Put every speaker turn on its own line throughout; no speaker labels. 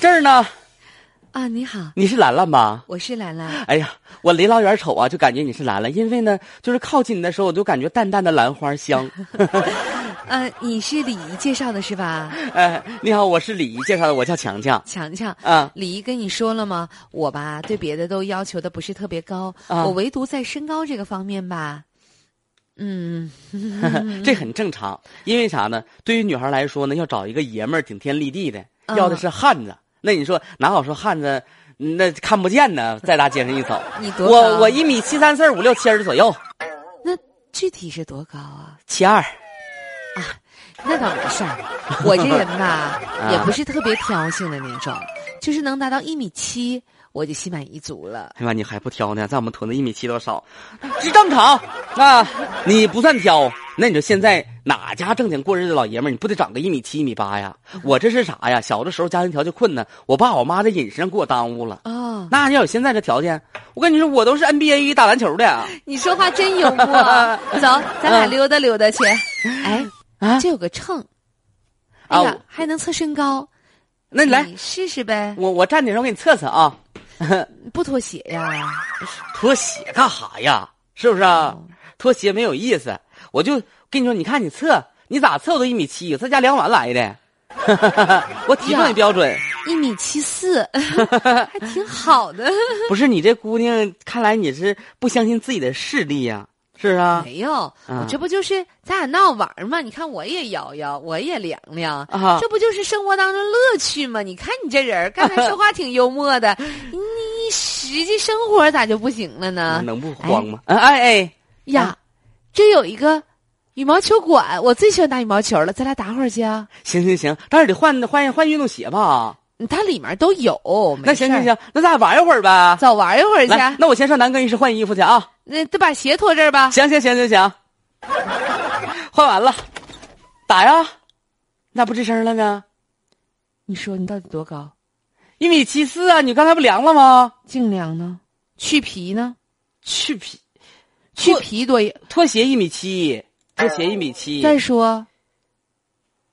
这儿呢，
啊，你好，
你是兰兰吧？
我是兰兰。
哎呀，我离老远瞅啊，就感觉你是兰兰，因为呢，就是靠近你的时候，我就感觉淡淡的兰花香。
呃，你是李怡介绍的是吧？
哎，你好，我是李怡介绍的，我叫强强。
强强，
啊，
李怡跟你说了吗？我吧，对别的都要求的不是特别高，
啊
我唯独在身高这个方面吧，嗯，
这很正常，因为啥呢？对于女孩来说呢，要找一个爷们儿顶天立地的，
嗯
要的是汉子。那你说哪好说汉子？那看不见呢，在大街上一走，
你多高？啊
我我一米七三四五六七儿左右，
那具体是多高啊？
七二。
那倒没事儿，我这人吧
啊
也不是特别挑性的那种，就是能达到一米七，我就心满意足了。
哎妈，你还不挑呢？在我们屯子一米七多少，是正常啊！你不算挑，那你说现在哪家正经过日子老爷们儿，你不得长个一米七、一米八呀？我这是啥呀？小的时候家庭条件困难，我爸我妈在饮食上给我耽误了。
哦，
那要有现在这条件，我跟你说，我都是 NBA 打篮球的
你说话真幽默，啊走，咱俩溜达溜达去。哎，
嗯啊！
这有个秤，哎
啊
呀
我，
还能测身高，
那哎你来，
你试试呗，
我我站起来，我给你测测啊！
不妥协呀。
脱鞋干哈呀？是不是啊
哦？
脱鞋没有意思。我就跟你说，你看你测，你咋测我都一米七，我在家量完来的。 我体重也标准，
一米七 四，还挺好的。
不是你这姑娘，看来你是不相信自己的视力呀、是不是啊？
没有，我这不就是咱俩闹玩儿吗？你看我也摇摇，我也量量，
啊
这不就是生活当中乐趣吗？你看你这人儿，刚才说话挺幽默 的，你实际生活咋就不行了呢？
能不慌吗？哎哎哎，
呀，这有一个羽毛球馆，我最喜欢打羽毛球了，咱俩打会儿去啊。嗯
行行行，但是得换换换运动鞋吧。
它里面都有，
那
没事
行
儿
行，行，那咱俩玩一会儿呗。
早玩一会儿去。啊
来，那我先上男更衣室换衣服去啊。
那得把鞋脱这儿吧。
行行行行行， 换完了，打呀，你咋不吱声了呢？
你说你到底多高？
一米七四啊！你刚才不量了吗？
净量呢？去皮呢？
去皮，
去
脱
皮多一。
拖鞋一米七，拖鞋一米七，
再说，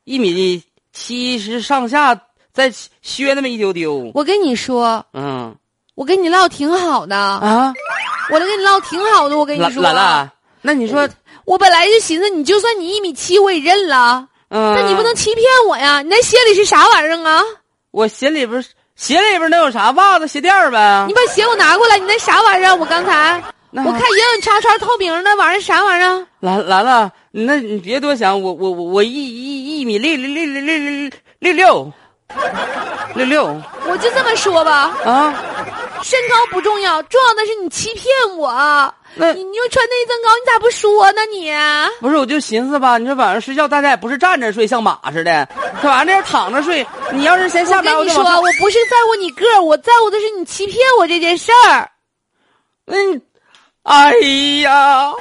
一米七十上下，再削那么一丢丢。
我跟你说，
嗯
我跟你唠挺好的，
啊，
我来跟你唠挺好的。我跟你
兰
说，
兰兰，那你说，
我本来就寻思，你就算你一米七，我也认了。
嗯，
但你不能，欺骗我呀！你那鞋里是啥玩意儿啊？
我鞋里边鞋里边能有啥？袜子、鞋垫儿呗
你。把鞋给我拿过来，你那啥玩意儿啊？我刚才
那
我看眼眼叉叉透明的玩意儿啥玩意儿啊？
兰兰兰，那你别多想，我我我我一一一米六六六六六六六六六
我就这么说吧，
啊，
身高不重要，重要的是你欺骗我。啊
那
你你又穿内增高，你咋不说呢你？啊
不是，我就寻思吧，你说晚上睡觉大家也不是站着睡，像马似的，这玩意儿那要躺着睡，你要是先下
我
班
跟你
就
说，
往上
我不是在乎你个儿，我在乎的是你欺骗我这件事儿。
嗯，哎呀，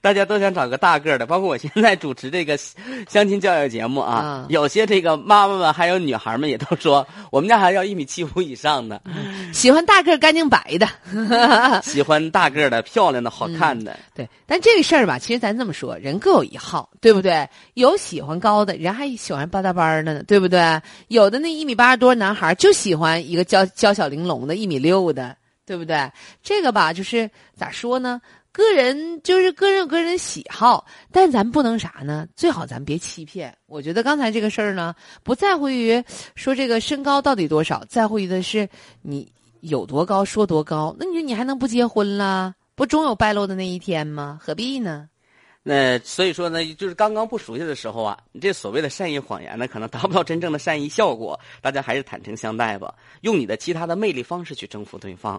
大家都想找个大个儿的，包括我现在主持这个相亲教育节目啊，
啊
有些这个妈妈们还有女孩们也都说，我们家还要一米七五以上的，
喜欢大个儿干净白的，
喜欢大个儿的、漂亮的、好看的。
对。但这个事儿吧，其实咱这么说，人各有一好，对不对？有喜欢高的，人还喜欢吧嗒吧儿的呢，对不对？有的那一米八多男孩儿就喜欢一个娇娇小玲珑的，一米六的，对不对？这个吧，就是咋说呢？个人就是个人有个人喜好，但咱不能啥呢？最好咱别欺骗。我觉得刚才这个事儿呢，不在乎于说这个身高到底多少，在乎于的是你有多高说多高。那你说你还能不结婚啦？不终有败露的那一天吗？何必呢？
那、所以说呢，就是刚刚不熟悉的时候啊，你这所谓的善意谎言呢，可能达不到真正的善意效果。大家还是坦诚相待吧，用你的其他的魅力方式去征服对方。